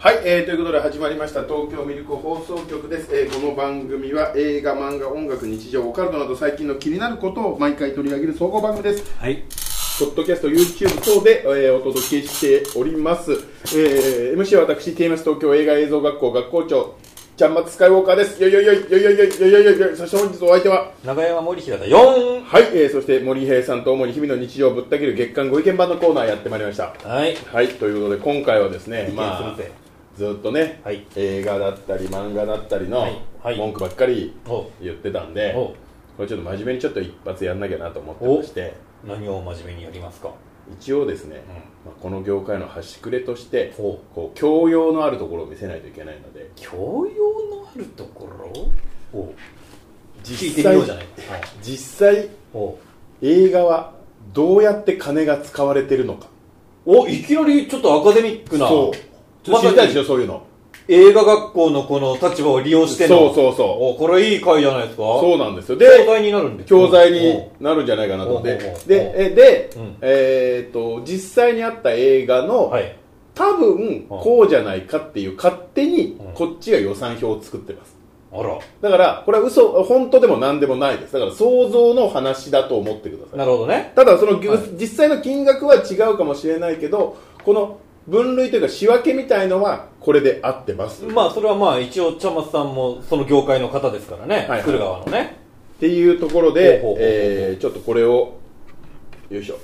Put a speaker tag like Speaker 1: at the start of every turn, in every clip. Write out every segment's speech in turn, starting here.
Speaker 1: はい、えーということで始まりました東京ミルク放送局です、えーこの番組は映画漫画音楽日常オカルトなど最近の気になることを毎回取り上げる総合番組です
Speaker 2: はい。
Speaker 1: ポッドキャスト YouTube 等で、えーお届けしております、えー MC は私 TMS 東京映画映像学校学校長ちゃんまつスカイウォーカーですよいよいよいよいよいよいよいよいよいよいそして本日お相手は
Speaker 2: 長山森平だ。4!
Speaker 1: はい、えーそして森平さんと主に日々の日常をぶった切る月間ご意見版のコーナーやってまいりました
Speaker 2: はい。
Speaker 1: はい、ということで今回はですね、
Speaker 2: 見
Speaker 1: まあ
Speaker 2: するぜ、
Speaker 1: ずっとね、
Speaker 2: はい
Speaker 1: 映画だったり漫画だったりの
Speaker 2: はいはい
Speaker 1: 文句ばっかり
Speaker 2: お
Speaker 1: 言ってたんで、
Speaker 2: お
Speaker 1: これちょっと真面目にちょっと一発やんなきゃなと思ってまして
Speaker 2: 何を真面目にやりますか
Speaker 1: 一応ですね、まあこの業界の端くれとして
Speaker 2: ほ
Speaker 1: こう教養のあるところを見せないといけないので
Speaker 2: 教養のあるところを聞いて
Speaker 1: 実
Speaker 2: み
Speaker 1: 際
Speaker 2: ようじゃないか。はい。
Speaker 1: 実際
Speaker 2: お
Speaker 1: 映画はどうやって金が使われてるのか
Speaker 2: お、いきなりちょっとアカデミックな。
Speaker 1: そうちょっ
Speaker 2: ま
Speaker 1: と知
Speaker 2: さ
Speaker 1: りたいでし
Speaker 2: に
Speaker 1: ょそういうの
Speaker 2: 映画学校のこの立場を利用しての。
Speaker 1: そうそうそう
Speaker 2: お、これいい回じゃないですか
Speaker 1: そうなんですよで
Speaker 2: 教材になるんです
Speaker 1: 教材になるんじゃないかなと思って
Speaker 2: おうおうおうおう
Speaker 1: でえで、
Speaker 2: うん
Speaker 1: えー、と実際にあった映画の、
Speaker 2: はい。
Speaker 1: 多分こうじゃないかっていう勝手にこっちが予算表を作ってます
Speaker 2: あら。
Speaker 1: だからこれは嘘本当でも何でもないですだから想像の話だと思ってくださ
Speaker 2: ないるほどね。
Speaker 1: ただその、ぎゅ
Speaker 2: はい
Speaker 1: 実際の金額は違うかもしれないけどこの分類というか仕分けみたいのはこれで合ってます、
Speaker 2: まあ、それはまあ、一応、茶松さんもその業界の方ですからね。
Speaker 1: はい
Speaker 2: 作る側のね。
Speaker 1: っていうところ
Speaker 2: ほ
Speaker 1: で
Speaker 2: うほうほうほう
Speaker 1: えーちょっとこれをよいしょ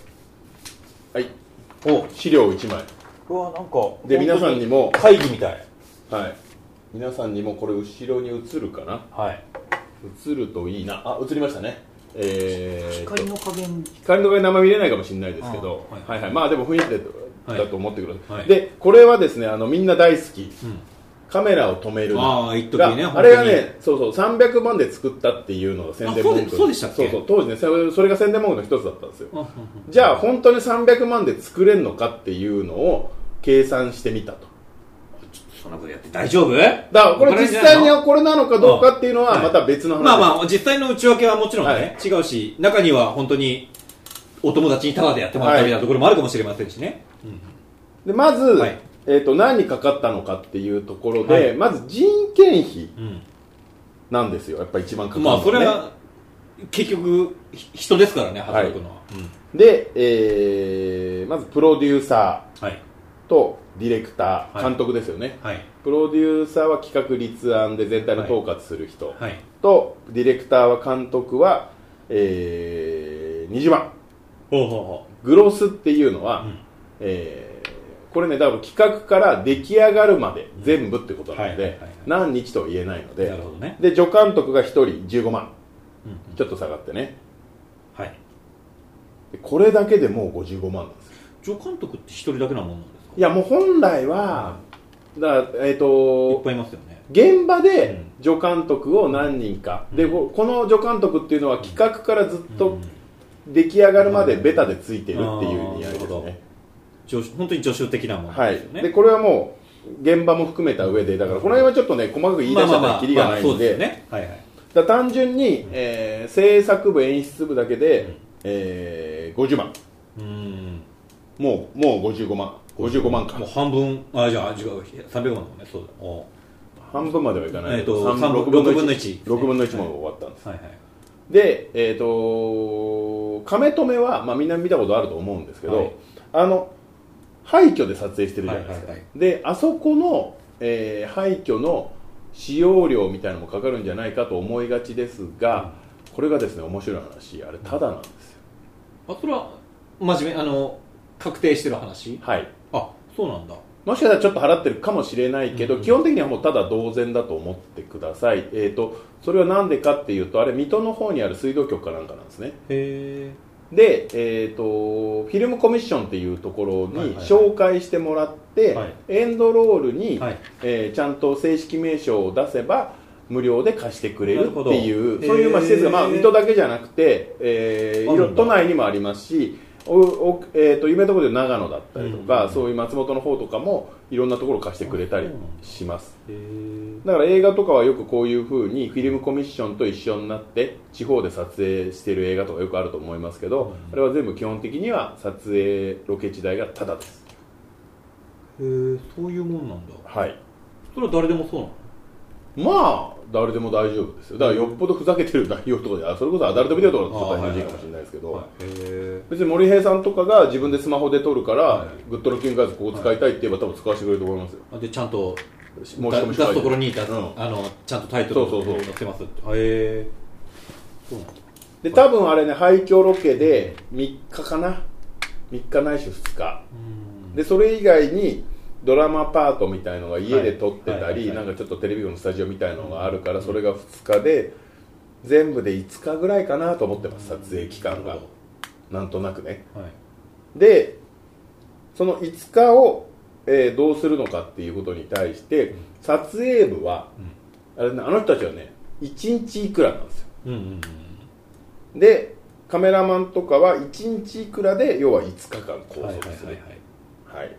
Speaker 1: はい
Speaker 2: お
Speaker 1: 資料1枚
Speaker 2: うわ、なんか。
Speaker 1: で皆さんにも
Speaker 2: 会議みたい。
Speaker 1: はい皆さんにもこれ後ろに映るかな
Speaker 2: はい。
Speaker 1: 映るといいなあ映りましたねえーと、
Speaker 2: の加減
Speaker 1: 光の影生見れないかもしれないですけど、
Speaker 2: あーはい
Speaker 1: はいはい、まあでも雰囲気で
Speaker 2: はい
Speaker 1: だと思ってください、
Speaker 2: はい
Speaker 1: でこれはですねあのみんな大好き
Speaker 2: うん
Speaker 1: カメラを止めるな
Speaker 2: ああ一時ね
Speaker 1: があれがねそうそう300万で作ったっていうのが宣伝文句
Speaker 2: あそうでそうでしたっけ
Speaker 1: そうそう当時ねそれそれが宣伝文句の一つだったんですよ
Speaker 2: あ
Speaker 1: じゃあ本当に300万で作れるのかっていうのを計算してみたと
Speaker 3: そんなことやって大丈夫
Speaker 1: だからこれ
Speaker 3: 怒ら
Speaker 1: 実
Speaker 3: れるんじゃない
Speaker 1: 際
Speaker 3: の
Speaker 1: にはこれなのかどうかっていうのは
Speaker 3: あ
Speaker 1: また別の話
Speaker 3: まあまあ、実際の内訳はもちろんね、
Speaker 1: はい
Speaker 3: 違うし、中には本当に、お友達にタダでやってもらったみたいなところもあるかもしれませんしね。
Speaker 1: でまず、
Speaker 3: はい
Speaker 1: えー、と何にかかったのかっていうところで、
Speaker 3: はい
Speaker 1: まず人件費
Speaker 3: うん
Speaker 1: なんですよやっぱ一番かかるの
Speaker 3: ま
Speaker 1: は
Speaker 3: あ、
Speaker 1: ね
Speaker 3: それは、結局、ひ人ですからね、働くのは。
Speaker 1: で、えーまずプロデューサ
Speaker 3: うんはい。
Speaker 1: ーとディレクター、
Speaker 3: はい
Speaker 1: 監督ですよね
Speaker 3: はい。
Speaker 1: プロデューサーは企画立案で全体の統括する人、
Speaker 3: はい。
Speaker 1: とディレクターは監督は、えー、20万
Speaker 3: ほうほうほ
Speaker 1: グロスっていうのは、
Speaker 3: うん
Speaker 1: えーこれね多分企画から出来上がるまで全部ってことなので、
Speaker 3: はいはいはいはい
Speaker 1: 何日とは言えないので
Speaker 3: なるほどね
Speaker 1: で助監督が1人15万、
Speaker 3: うんうん
Speaker 1: ちょっと下がってね
Speaker 3: う。はい。
Speaker 1: でこれだけでもう55万なんですよ
Speaker 3: 助監督って一人だけなもんなんですか
Speaker 1: いやもう本来は、だからえっ、
Speaker 3: いっ
Speaker 1: と
Speaker 3: ぱいいますよね。
Speaker 1: 現場で
Speaker 3: う
Speaker 1: 助監督を何人か、でここの助監督っていうのは企画からずっと出来上がるまでベタでついてるっていう意味合いです
Speaker 3: あーなるほ
Speaker 1: ね、
Speaker 3: ど助手本当に助手的なもの
Speaker 1: は
Speaker 3: で
Speaker 1: い
Speaker 3: すよ、ね。
Speaker 1: でこれはもう現場も含めた上でだからこの辺はちょっとね細かく言い出しちゃったらキリがない
Speaker 3: まあまあまあそ
Speaker 1: ん
Speaker 3: うです
Speaker 1: で
Speaker 3: よね。はいはい。
Speaker 1: だから単純に、えー制作部演出部だけで、えー50万
Speaker 3: うん。
Speaker 1: もうもう55万55万か
Speaker 3: もう半分、あ、じゃあ、違う、300万だもんね、そうだ。お
Speaker 1: 半分まではいかないけど、
Speaker 3: えーと
Speaker 1: 三
Speaker 3: 三分
Speaker 1: 六
Speaker 3: 分の一
Speaker 1: 6分の1も終わったんです、
Speaker 3: はいはい。
Speaker 1: でえっ、と亀止めは、まあ、みんな見たことあると思うんですけど、
Speaker 3: はい
Speaker 1: あの廃墟で撮影してるじゃないですか、
Speaker 3: はいはいは
Speaker 1: であそこの、えー廃墟の使用料みたいなのもかかるんじゃないかと思いがちですが、これがですね面白い話あれただなんですよ、
Speaker 3: あそれは真面目あの確定してる話
Speaker 1: はい
Speaker 3: あそうなんだ
Speaker 1: もしかしたらちょっと払ってるかもしれないけど、
Speaker 3: うんうん
Speaker 1: 基本的にはもうただ同然だと思ってください、えー、とそれは何でかっていうとあれ水戸の方にある水道局かなんかなんですね
Speaker 3: へえ
Speaker 1: で、えー、とフィルムコミッションっていうところ
Speaker 3: はいはい
Speaker 1: に
Speaker 3: はい
Speaker 1: 紹介してもらって、
Speaker 3: はい
Speaker 1: エンドロールに、
Speaker 3: はい
Speaker 1: えーちゃんと正式名称を出せば無料で貸してくれ
Speaker 3: な
Speaker 1: る
Speaker 3: るほ
Speaker 1: っ
Speaker 3: ど
Speaker 1: ていう
Speaker 3: へー
Speaker 1: そういうまあ施設が、まあ、水戸だけじゃなくて、えーい
Speaker 3: ある
Speaker 1: ろ
Speaker 3: んだ
Speaker 1: 都内にもありますしおお、えー、と夢のところで長野だったりとか、
Speaker 3: うん
Speaker 1: そういう松本の方とかもいろんなところ貸してくれた
Speaker 3: あ
Speaker 1: り
Speaker 3: そうなんだ
Speaker 1: します
Speaker 3: へえ
Speaker 1: だから映画とかはよくこういう風にフィルムコミッションと一緒になって地方で撮影してる映画とかよくあると思いますけど、あれは全部基本的には撮影ロケ地代がタダです
Speaker 3: えそういうもんなんだ
Speaker 1: はい
Speaker 3: それは誰でもそうなの
Speaker 1: まあ誰でも大丈夫ですよだからよっぽどふざけてる内容とかであそれこそアダルトビデオとかだとちょっと
Speaker 3: あー
Speaker 1: NG かもしれないですけど、
Speaker 3: はい、へ
Speaker 1: 別に森平さんとかが自分でスマホで撮るから、
Speaker 3: はい
Speaker 1: グッドロッキングガイズここ使いたいって言えば多分使わせてくれると思いますよ
Speaker 3: えでちゃんと
Speaker 1: 申し
Speaker 3: 出
Speaker 1: 込み
Speaker 3: 出すところに出す、
Speaker 1: うん
Speaker 3: あのちゃんとタイトルを
Speaker 1: そうそうそう
Speaker 3: 載せますってへえそうなんだ
Speaker 1: で多分あれね廃墟ロケで3日かな3日ないし2日
Speaker 3: うん
Speaker 1: でそれ以外にドラマパートみたいのが家で撮ってた
Speaker 3: はいはい
Speaker 1: り
Speaker 3: はい
Speaker 1: なんかちょっとテレビのスタジオみたいのがあるからそれが2日で全部で5日ぐらいかなと思ってます撮影期間
Speaker 3: な
Speaker 1: が
Speaker 3: るほ
Speaker 1: なんとなくね
Speaker 3: どはい
Speaker 1: でその5日を、えーどうするのかっていうことに対して撮影部は、あれねあの人たちはね1日いくらなんですよ
Speaker 3: うんうんうん
Speaker 1: でカメラマンとかは1日いくらで要は5日間拘
Speaker 3: はいはい
Speaker 1: 束す
Speaker 3: は
Speaker 1: る
Speaker 3: いはい
Speaker 1: はいっ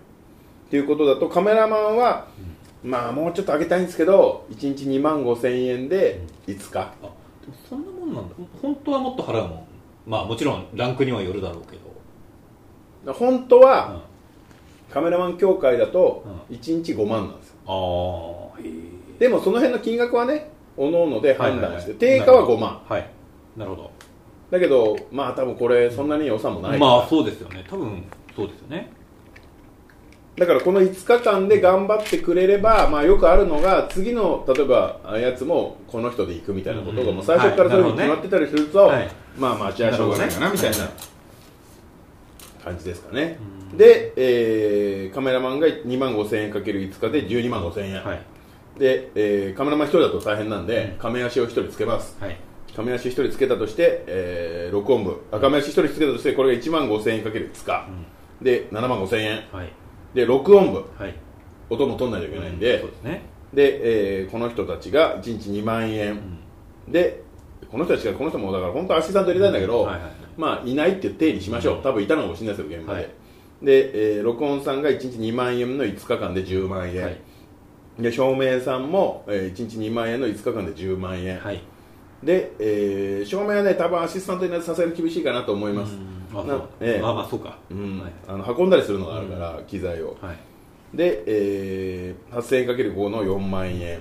Speaker 1: ていうことだとカメラマンは、まあもうちょっと上げたいんですけど1日2万5千円で5日、
Speaker 3: あでもそんなもんなんだ本当はもっと払うもんまあもちろんランクにはよるだろうけど
Speaker 1: 本当
Speaker 3: うん
Speaker 1: は
Speaker 3: あ
Speaker 1: カメラマン協会だと
Speaker 3: う
Speaker 1: 1日5万なんですよ
Speaker 3: あへえ
Speaker 1: でもその辺の金額はねおのので判断して、
Speaker 3: いいい
Speaker 1: 定価は5万
Speaker 3: はいなるほど
Speaker 1: だけどまあ多分これそんなに予算もない、
Speaker 3: まあそうですよね多分そうですよね
Speaker 1: だからこの5日間で頑張ってくれれば、まあ、よくあるのが次の例えばあやつもこの人で行くみたいなこと
Speaker 3: うん
Speaker 1: が
Speaker 3: うん
Speaker 1: もう最初からそういうふうに決まってたりすると、
Speaker 3: はい
Speaker 1: まあまあじゃあしょうがないかな
Speaker 3: なる
Speaker 1: み
Speaker 3: ほ
Speaker 1: た
Speaker 3: ど
Speaker 1: い
Speaker 3: ね
Speaker 1: な感じですかね
Speaker 3: うん
Speaker 1: で、えーカメラマンが2万5000円かける5日で12万5000円、
Speaker 3: はい
Speaker 1: で、えーカメラマン1人だと大変なんで、
Speaker 3: うん
Speaker 1: 亀足を1人つけます
Speaker 3: はい
Speaker 1: 亀足1人つけたとして、えー録音部あ亀足1人つけたとしてこれが1万5000円かける5日、で7万5000円
Speaker 3: はい
Speaker 1: で録音部
Speaker 3: はい
Speaker 1: 音も取んないといけないんで、
Speaker 3: そうですね
Speaker 1: で、えーこの人たちが1日2万
Speaker 3: う
Speaker 1: 円
Speaker 3: ん
Speaker 1: で、この人たちがこの人もだから本当はアシスタント入れたいんだけど、
Speaker 3: はいはいはい
Speaker 1: まあいないっていう定理しましょう、多分いたのかもしれないですよ現場で、
Speaker 3: はい
Speaker 1: で、えー録音さんが1日2万円の5日間で10万円、
Speaker 3: はい
Speaker 1: で照明さんも、え1日2万円の5日間で10万円、
Speaker 3: はい
Speaker 1: で、えー照明はね多分アシスタントになってさすがに厳しいかなと思います
Speaker 3: まあ
Speaker 1: な
Speaker 3: そう
Speaker 1: ええ
Speaker 3: まあまあそうか
Speaker 1: うん、
Speaker 3: はい
Speaker 1: あの運んだりするのがあるから、機材を、
Speaker 3: はい
Speaker 1: で、えー、8000×5 の4万円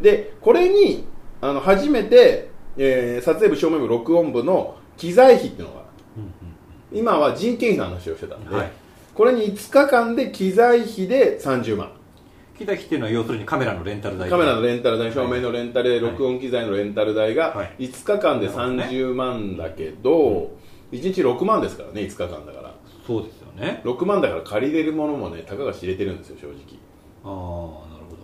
Speaker 1: でこれにあの初めて、えー撮影部照明部録音部の機材費っていうのが
Speaker 3: うん
Speaker 1: 今は人件費の話をしてたんで、
Speaker 3: はい
Speaker 1: これに5日間で機材費で30万
Speaker 3: 木崎っていうのは要するにカメラのレンタル代
Speaker 1: カメラのレンタル代照明のレンタル代、
Speaker 3: はい
Speaker 1: 録音機材のレンタル代
Speaker 3: は
Speaker 1: が
Speaker 3: い
Speaker 1: 5日間で
Speaker 3: なるほどね
Speaker 1: 30万だけど、1日6万ですからね5日間だから
Speaker 3: そうですよね
Speaker 1: 6万だから借りれるものもねたかが知れてるんですよ正直
Speaker 3: ああなるほど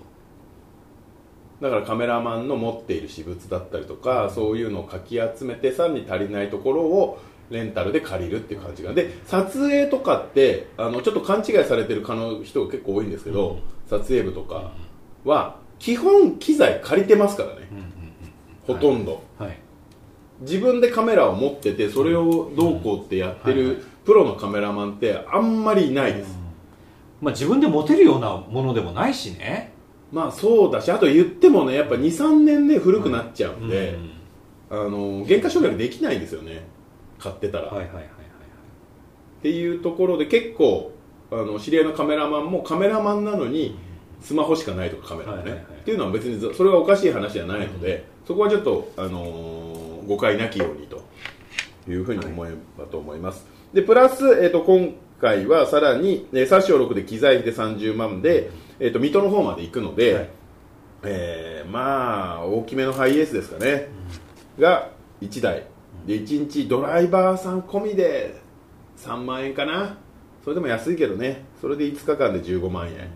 Speaker 1: だからカメラマンの持っている私物だったりとかそういうのをかき集めてさらに足りないところをレンタルで借りるっていう感じがで撮影とかってあのちょっと勘違いされてる可能人が結構多いんですけど、
Speaker 3: うん
Speaker 1: 撮影部とかは基本機材借りてますからね
Speaker 3: うんうん
Speaker 1: ほとんど、
Speaker 3: うんはい
Speaker 1: 自分でカメラを持っててそれをどうこうってやって
Speaker 3: うんはいは
Speaker 1: るプロのカメラマンってあんまりいないです、
Speaker 3: まあ自分で持てるようなものでもないしね
Speaker 1: まあそうだしあと言ってもねやっぱ23年ね古くなっちゃうんで、あ
Speaker 3: うん
Speaker 1: の原価償却できないんですよね買ってたら、
Speaker 3: は
Speaker 1: っ
Speaker 3: いはいはいはい
Speaker 1: ていうところで結構あの知り合いのカメラマンもカメラマンなのにスマホしかないとかカメラがね、
Speaker 3: はいはいはい
Speaker 1: っていうのは別にずそれはおかしい話じゃないので、そこはちょっと、あのー誤解なきようにというふうに思えばと思います、でプラス、えー、と今回はさらに、えー、3章6で機材費で30万で、えー、と水戸の方まで行くので、
Speaker 3: はい
Speaker 1: えーまあ大きめのハイエースですかね、が1台で1日ドライバーさん込みで3万円かなそれでも安いけどねそれで5日間で15万円、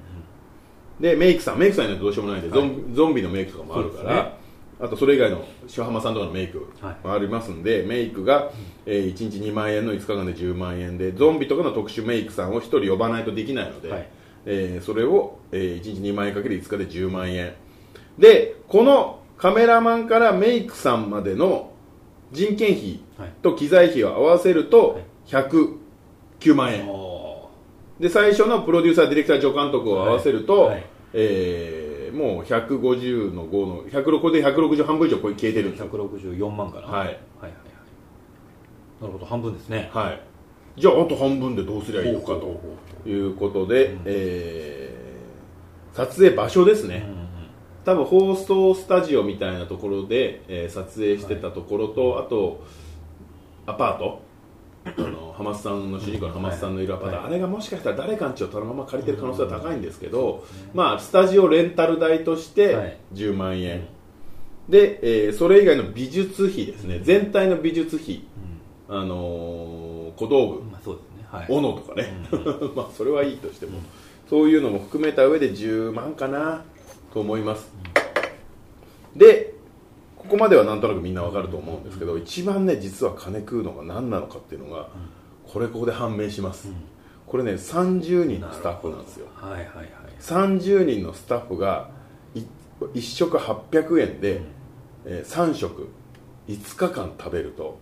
Speaker 1: でメイクさんメイクさんにはどうしようもないんで、ゾンゾンビのメイクとかもあるか
Speaker 3: そうですね
Speaker 1: ら、あとそれ以外の塩浜さんとかのメイク
Speaker 3: はい
Speaker 1: もありますんで、メイクが、えー1日2万円の5日間で10万円でゾンビとかの特殊メイクさんを1人呼ばないとできないので、
Speaker 3: はい
Speaker 1: えーそれを、えー1日2万円かける5日で10万円でこのカメラマンからメイクさんまでの人件費
Speaker 3: はい
Speaker 1: と機材費を合わせると109万円、
Speaker 3: お
Speaker 1: で最初のプロデューサーディレクター助監督を合わせると、
Speaker 3: はいはい
Speaker 1: えーもう150の5の106で160半分以上これ消えてるん
Speaker 3: ー
Speaker 1: ですよ
Speaker 3: 164万かな
Speaker 1: はい
Speaker 3: はいはいはいなるほど半分ですね
Speaker 1: はいじゃああと半分でどうすりゃいいのか
Speaker 3: ほうほう
Speaker 1: ということで、え撮影場所です
Speaker 3: うん
Speaker 1: ね、
Speaker 3: うん
Speaker 1: 多分放送スタジオみたいなところで、えー撮影してたところと、あとアパートあの浜津さんの主人公の浜津さんのいるアパート、
Speaker 3: はい
Speaker 1: あれがもしかしたら誰かんちをたのまま借りてる可能性は高いんですけど、まあ、スタジオレンタル代とし
Speaker 2: は
Speaker 1: て
Speaker 2: い
Speaker 1: 10万円、で、えーそれ以外の美術費ですね全体の美術費、あのー小道具
Speaker 3: うんまあそうですねはい
Speaker 1: 斧とかね、 まあそれはいいとしても、そういうのも含めた上で10万かなと思います、でここまではなんとなくみんなわかると思うんですけど、一番ね実は金食うのが何なのかっていうのが、これここで判明します、これね30人のスタッフなんですよ
Speaker 3: はいはいはい
Speaker 1: 30人のスタッフが1食800円で、え3食5日間食べると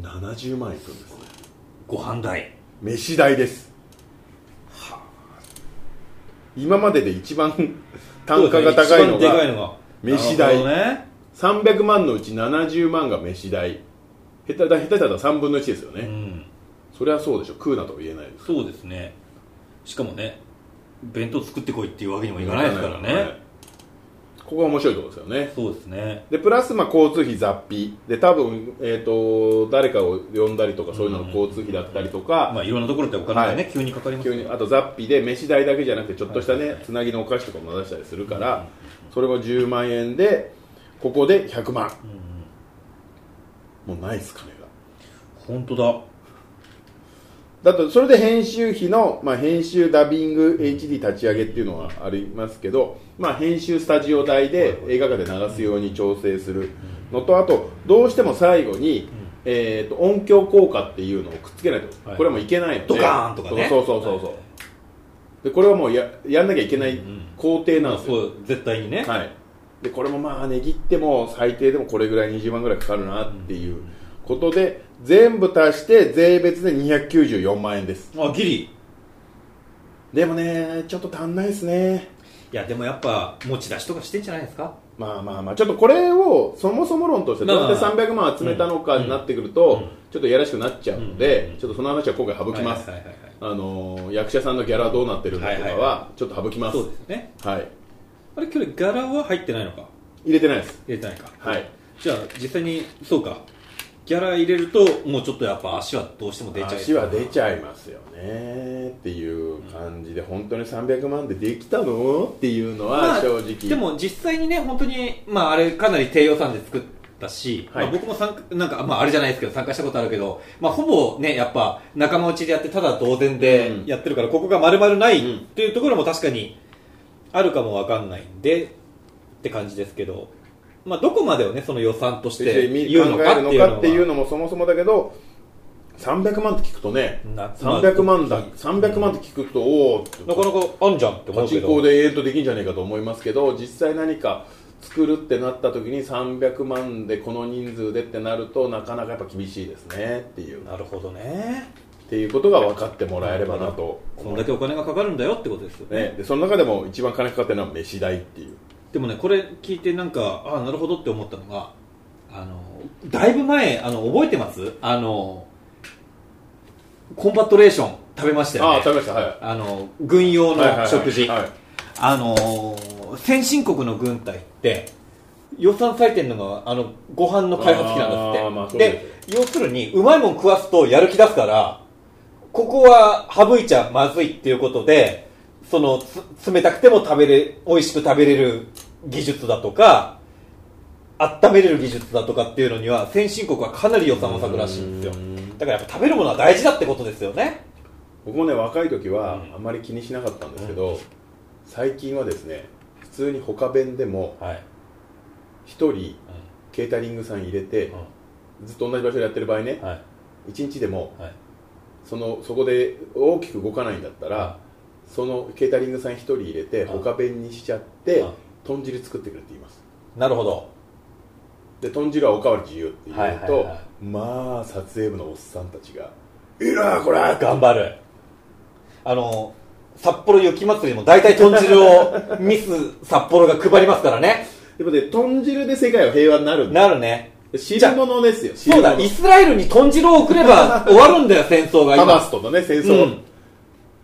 Speaker 1: 70万いくんですね
Speaker 3: ご飯代
Speaker 1: 飯代です今までで一番単価が高いの
Speaker 3: そうですね一番でかい
Speaker 1: が
Speaker 3: のが
Speaker 1: 飯代
Speaker 3: なるほどね
Speaker 1: 300万のうち70万が飯代下手だ下手だったら3分の1ですよね、
Speaker 3: うん
Speaker 1: そりゃそうでしょ食うなとは言えないです
Speaker 3: そうですねしかもね弁当作ってこいっていうわけにもいかないですから
Speaker 1: は
Speaker 3: ね
Speaker 1: いここが面白いところですよね
Speaker 3: そうですね
Speaker 1: でプラスまあ交通費雑費で多分、えー、と誰かを呼んだりとかそういうのの交通費だったりとか、
Speaker 3: まあいろんなところってお金が
Speaker 1: は
Speaker 3: ね急にかかります
Speaker 1: 急
Speaker 3: よ
Speaker 1: にあと雑費で飯代だけじゃなくてちょっとしたね、つなぎのお菓子とかも出したりするから、それも10万円でここで100万、もうないです金が
Speaker 3: 本当だ
Speaker 1: だとそれで編集費の、まあ、編集ダビング HD 立ち上げっていうのはありますけど、まあ、編集スタジオ代で映画館で流すように調整するのとあとどうしても最後に、えー、と音響効果っていうのをくっつけないと、
Speaker 3: はい
Speaker 1: これはもういけないので
Speaker 3: ドカーンとかね
Speaker 1: そうそうそうそう、でこれはもうややんなきゃいけない工程なんですよ、
Speaker 3: そう絶対にね
Speaker 1: はい、でこれもまあ値切っても最低でもこれぐらい20万ぐらいかかるなっていうことで全部足して税別で294万円です
Speaker 3: あギリい
Speaker 1: でもねちょっと足んないですね
Speaker 3: やでもやっぱ持ち出しとかしてんじゃないですか
Speaker 1: まあまあまあちょっとこれをそもそも論としてどうやって
Speaker 3: まあまあ
Speaker 1: 300万集めたのかになってくるとちょっとやらしくなっちゃうのでちょっとその話は今回省きます
Speaker 3: はいはいはい
Speaker 1: あのー役者さんのギャラどうなってるのかとか
Speaker 3: はいはいは
Speaker 1: はちょっと省き
Speaker 3: は
Speaker 1: ま
Speaker 3: い
Speaker 1: す
Speaker 3: そうですね
Speaker 1: はい
Speaker 3: あれ今日柄は入ってないのか
Speaker 1: 入れてないです
Speaker 3: 入れてないか
Speaker 1: はい
Speaker 3: じゃあ実際にそうかギャラ入れるともうちょっとやっぱ足はどうしても出ちゃう
Speaker 1: 足は出ちゃいますよねっていう感じで本当に300万でできたのっていうの
Speaker 3: ま
Speaker 1: は
Speaker 3: あ
Speaker 1: 正直
Speaker 3: でも実際にね本当にまああれかなり低予算で作ったし、
Speaker 1: はい
Speaker 3: まあ、僕も参加なんかまああれじゃないですけど参加したことあるけどまあほぼねやっぱ仲間内でやってただ同然で
Speaker 1: うん
Speaker 3: やってるから、ここが丸々ない
Speaker 1: うん
Speaker 3: っていうところも確かにあるかもわかんないんでって感じですけどまあどこまでをねその予算として
Speaker 1: 見
Speaker 3: 言うの
Speaker 1: 考
Speaker 3: か
Speaker 1: え
Speaker 3: って
Speaker 1: る
Speaker 3: いう
Speaker 1: の
Speaker 3: の
Speaker 1: か
Speaker 3: は
Speaker 1: っていうのもそもそもだけど300万って聞くとね
Speaker 3: な
Speaker 1: 300万だ300万って聞くとおおって
Speaker 3: なかなかあんじゃんって思
Speaker 1: パ
Speaker 3: う
Speaker 1: チ
Speaker 3: け
Speaker 1: ンコ
Speaker 3: ど
Speaker 1: で永遠とできんじゃねえかと思いますけど実際何か作るってなった時に300万でこの人数でってなるとなかなかやっぱ厳しいですねっていうっ
Speaker 3: なるほどね
Speaker 1: ていうことが分かってもらえればなと
Speaker 3: こ
Speaker 1: 思
Speaker 3: ん
Speaker 1: いま
Speaker 3: だ
Speaker 1: す
Speaker 3: けお金がかかるんだよってことですよね
Speaker 1: ね、でその中でも一番金かかってるのは飯代っていう
Speaker 3: でもねこれ聞いてなんかああなるほどって思ったのがあのだいぶ前あの覚えてますあのコンバットレーション食べましたよ
Speaker 1: あ
Speaker 3: ね
Speaker 1: あ食べましたはい
Speaker 3: あの軍用
Speaker 1: はいはいは
Speaker 3: の
Speaker 1: い
Speaker 3: 食事
Speaker 1: はい
Speaker 3: あの先進国の軍隊って予算割いてんのがあのご飯の開発費なんだ
Speaker 1: あーま
Speaker 3: っ
Speaker 1: あ
Speaker 3: て
Speaker 1: そう
Speaker 3: で
Speaker 1: ですよ
Speaker 3: 要するにうまいもん食わすとやる気出すからここは省いちゃまずいっていうことでそのつ冷たくても食べれ美味しく食べれる技術だとか温めれる技術だとかっていうのには先進国はかなり予算を割くらしいんですよだからやっぱ食べるものは大事だってことですよね
Speaker 1: 僕もね若い時は
Speaker 3: うん
Speaker 1: あまり気にしなかったんですけど、最近はですね普通に他弁でも
Speaker 3: はい、
Speaker 1: 一人ケータリングさん入れて、ずっと同じ場所でやってる場合ね
Speaker 3: はい
Speaker 1: 一日でも
Speaker 3: はい
Speaker 1: そのそこで大きく動かないんだったら、そのケータリングさん一人入れて
Speaker 3: うん
Speaker 1: 他弁にしちゃって、
Speaker 3: うん
Speaker 1: 豚汁作ってくれって言います
Speaker 3: なるほど
Speaker 1: で豚汁はおかわり自由って言うと、
Speaker 3: はいはいは
Speaker 1: まあ撮影部のおっさんたちが「いいなこれ!」
Speaker 3: 頑張るあの札幌雪まつりも大体豚汁をミス札幌が配りますからね
Speaker 1: でもね豚汁で世界は平和になるんだ
Speaker 3: なるね
Speaker 1: 汁物ですよ
Speaker 3: そうだイ
Speaker 1: イ
Speaker 3: スラエルに豚汁を送れば終わるんだよ戦争が
Speaker 1: ハマ
Speaker 3: 今
Speaker 1: スとのね戦争、
Speaker 3: うん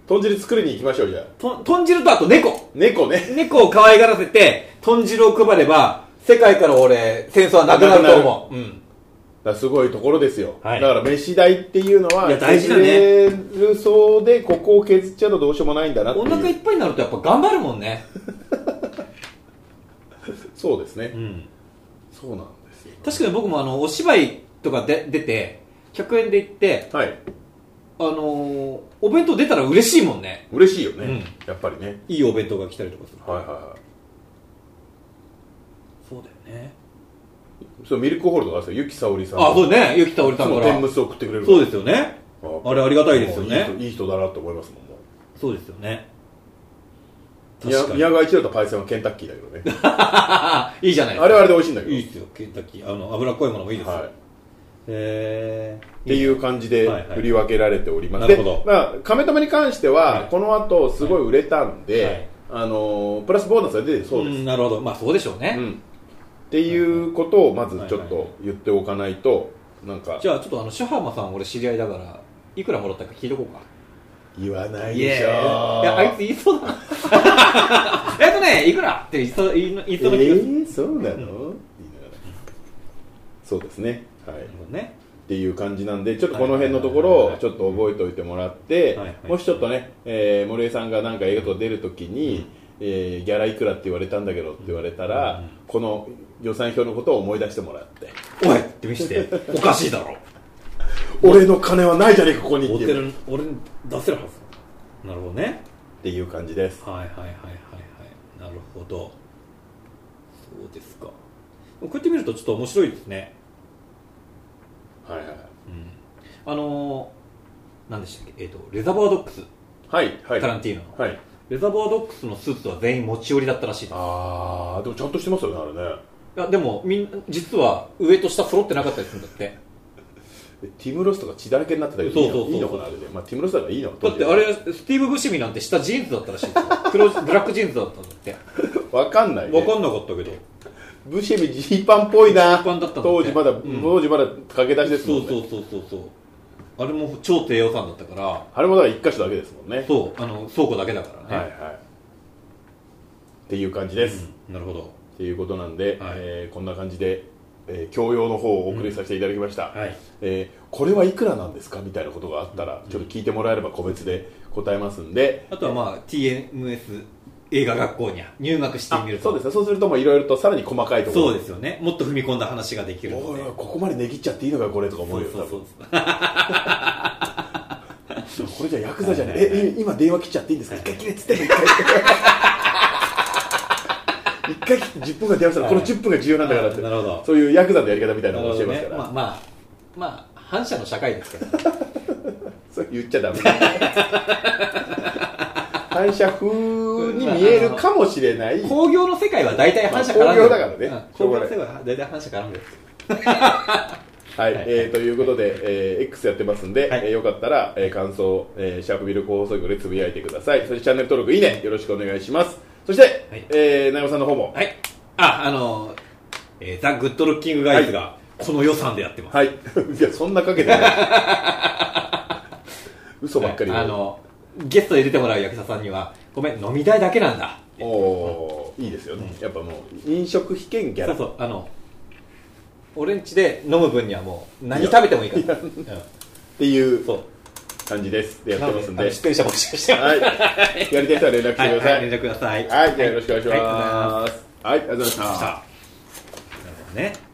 Speaker 1: 豚汁作りに行きましょうじゃあ
Speaker 3: と豚汁とあと猫
Speaker 1: 猫ね
Speaker 3: 猫を可愛がらせて豚汁を配れば世界から俺戦争はなくなると思う、うん、
Speaker 1: だからすごいところですよ、
Speaker 3: はい
Speaker 1: だから飯代っていうのはい
Speaker 3: や大事だね
Speaker 1: 削れるそうでここを削っちゃうとどうしようもないんだなってい
Speaker 3: お
Speaker 1: う
Speaker 3: 腹いっぱいになるとやっぱ頑張るもんね、
Speaker 1: そうですね、
Speaker 3: ん、
Speaker 1: そうなんですよ
Speaker 3: 確かに僕もあのお芝居とかで出て100円で行って、
Speaker 1: はい
Speaker 3: あのーお弁当出たら嬉しいもんね
Speaker 1: 嬉しいよね、
Speaker 3: うん
Speaker 1: やっぱりね
Speaker 3: いいお弁当が来たりとかする
Speaker 1: はいはいは
Speaker 3: そうだよね
Speaker 1: いそうミルクホールとかあるんですよゆきさおりさん
Speaker 3: あそうねゆきたおりさんか
Speaker 1: の
Speaker 3: ら
Speaker 1: 天むすを食ってくれる
Speaker 3: そう
Speaker 1: で
Speaker 3: ですよね
Speaker 1: す
Speaker 3: あれありがたいですよね
Speaker 1: いい人だなと思いますもんもう
Speaker 3: そうですよね
Speaker 1: 宮
Speaker 3: 確かに
Speaker 1: 宮川一郎とパイセンはケンタッキーだけどね
Speaker 3: あ いいじゃないですか
Speaker 1: あれはあれで美味しいんだけど
Speaker 3: いいですよケンタッキーあの脂っこいものもいいですよ、
Speaker 1: はい
Speaker 3: へ
Speaker 1: っ
Speaker 3: え
Speaker 1: ていう感じで
Speaker 3: はいはい
Speaker 1: 振り分けられております、
Speaker 3: なるほど
Speaker 1: でまあ、亀止めに関しては、
Speaker 3: はい
Speaker 1: この後すごい売れたんで、
Speaker 3: はい
Speaker 1: あのープラスボーナスが出てそうです、
Speaker 3: んなるほどまあそうでしょうね、
Speaker 1: うんっていうことをまずちょっ
Speaker 3: はいはい
Speaker 1: と言っておかないとなんか
Speaker 3: じゃあちょっとあのシュハマさん俺知り合いだからいくらもらったか聞いとこうか
Speaker 1: 言わない
Speaker 3: い
Speaker 1: でしょ
Speaker 3: やあいつ言いそうだな えっとねいくらって言いそう言い言い
Speaker 1: え
Speaker 3: そうな気がする、
Speaker 1: ー、そうなの、
Speaker 3: う
Speaker 1: 言いながらそうですねはい
Speaker 3: なるほどね
Speaker 1: っていう感じなんでちょっとこの辺のところ
Speaker 3: はいはいはいは
Speaker 1: を
Speaker 3: い
Speaker 1: ちょっと覚えておいてもらって、
Speaker 3: はいはい
Speaker 1: もしちょっとね、えー、森江さんがなんか映画とか出るときに、えーギャラいくらって言われたんだけどって言われたら、
Speaker 3: うん
Speaker 1: この予算表のことを思い出してもらって、
Speaker 3: おいって見せておかしいだろ
Speaker 1: 俺の金はないじゃねえかここに
Speaker 3: お
Speaker 1: って
Speaker 3: て
Speaker 1: いうっ
Speaker 3: る俺に出せるはずなるほどね
Speaker 1: ていう感じです
Speaker 3: はいはいはいはいはいなるほどそうですかこうやって見るとちょっと面白いですね
Speaker 1: はいはい
Speaker 3: うんあのー、何でしたっけえっ、とレザーバードックス
Speaker 1: はいはい
Speaker 3: タランティーノの
Speaker 1: はい
Speaker 3: レザーバードックスのスーツは全員持ち寄りだったらしいです
Speaker 1: あーでもちゃんとしてますよねあれね
Speaker 3: いやでもみん実は上と下揃ってなかったりするんだって
Speaker 1: えティム・ロスとか血だらけになってたけどいいの
Speaker 3: そうそうそう
Speaker 1: いいのかなあれで、まあ、ティム・ロスだからいいの
Speaker 3: だってあれスティーブ・ブシミなんて下ジーンズだったらしい ですよ黒ブラックジーンズだったんだって
Speaker 1: わかんない、ね、
Speaker 3: 分かんなかったけど
Speaker 1: ブシェビジーパンっぽいな
Speaker 3: ジーパンだったんだっ
Speaker 1: 当
Speaker 3: て
Speaker 1: 時まだ、
Speaker 3: うん
Speaker 1: 当時まだ駆け出しですも
Speaker 3: そ
Speaker 1: ん
Speaker 3: う
Speaker 1: ね
Speaker 3: そうそうそうそうあれも超低予算だったから
Speaker 1: あれもだから一箇所だけですもんね
Speaker 3: そうあの倉庫だけだから
Speaker 1: は
Speaker 3: ね、
Speaker 1: いはいっていう感じです、っ
Speaker 3: うんなるほど
Speaker 1: ていうことなんで、
Speaker 3: はい
Speaker 1: えーこんな感じで、えー教養の方をお送りさせていただきました、
Speaker 3: はい
Speaker 1: えーこれはいくらなんですかみたいなことがあったらちょっと聞いてもらえれば個別で答えますんで、
Speaker 3: あとはまあ TMS 映画学校に入学してみる
Speaker 1: そ
Speaker 3: と
Speaker 1: うですねそうするともういろいろとさらに細かいところ
Speaker 3: そうですよねもっと踏み込んだ話ができるの
Speaker 1: おい
Speaker 3: で
Speaker 1: おいここまで値切っちゃっていいのかよこれとか思
Speaker 3: そうう
Speaker 1: よ
Speaker 3: そうそう
Speaker 1: 多分これじゃヤクザじゃねえ、
Speaker 3: はいはい
Speaker 1: ええ今電話切っちゃっていいんですか一回切れっつってんの一回一回切って10分が電話したら、
Speaker 3: はい
Speaker 1: この10分が重要なんだからって
Speaker 3: なるほど
Speaker 1: そういうヤクザのやり方みたいな
Speaker 3: な
Speaker 1: の
Speaker 3: る
Speaker 1: を
Speaker 3: ほ
Speaker 1: 教えま
Speaker 3: ど
Speaker 1: す
Speaker 3: ね
Speaker 1: から、
Speaker 3: まあまあまあ反社の社会ですけど
Speaker 1: それ言っちゃダメ 反射風に見えるかもしれない
Speaker 3: 工業の世界は大体反射
Speaker 1: ま
Speaker 3: 絡
Speaker 1: あ
Speaker 3: んで
Speaker 1: 工業
Speaker 3: る
Speaker 1: だからね
Speaker 3: うん
Speaker 1: しょう
Speaker 3: 工
Speaker 1: が
Speaker 3: 業
Speaker 1: ない
Speaker 3: の世界は大体反射絡んでるんですよ
Speaker 1: はい、
Speaker 3: はい
Speaker 1: えーということで、えー X やってますんで、
Speaker 3: はい
Speaker 1: えーよかったら、えー感想、えーシャープビル広報局でつぶやいてくださいそしてチャンネル登録いいねよろしくお願いしますそして、
Speaker 3: はい
Speaker 1: えー、なさんの方も
Speaker 3: はいああのえーザ・グッド・ロッキング・ガイズがこの予算でやってます
Speaker 1: はい いやそんなかけてな い嘘ばっかり言う
Speaker 3: あのゲストで出てもらう役者さんにはごめん飲み代だけなんだ
Speaker 1: おーいいですよね、やっぱもう飲食費兼ギャ
Speaker 3: そ
Speaker 1: ラ
Speaker 3: うそうあの俺んちで飲む分にはもう何食べてもいいからうん
Speaker 1: っていう
Speaker 3: そう
Speaker 1: 感じですでや
Speaker 3: な
Speaker 1: って
Speaker 3: の
Speaker 1: ま
Speaker 3: です
Speaker 1: ん
Speaker 3: あ
Speaker 1: で
Speaker 3: の出演者募集してま
Speaker 1: は
Speaker 3: す
Speaker 1: い、やりたい人は連絡してく
Speaker 3: はい
Speaker 1: ださ
Speaker 3: は
Speaker 1: い
Speaker 3: い連。絡くださ
Speaker 1: は
Speaker 3: い
Speaker 1: い、じゃあよろしくお願いし
Speaker 3: はいありがとうござ
Speaker 1: ま
Speaker 3: い
Speaker 1: す。はい、ありがとうございま
Speaker 3: ま
Speaker 1: し。
Speaker 3: したたなるほどね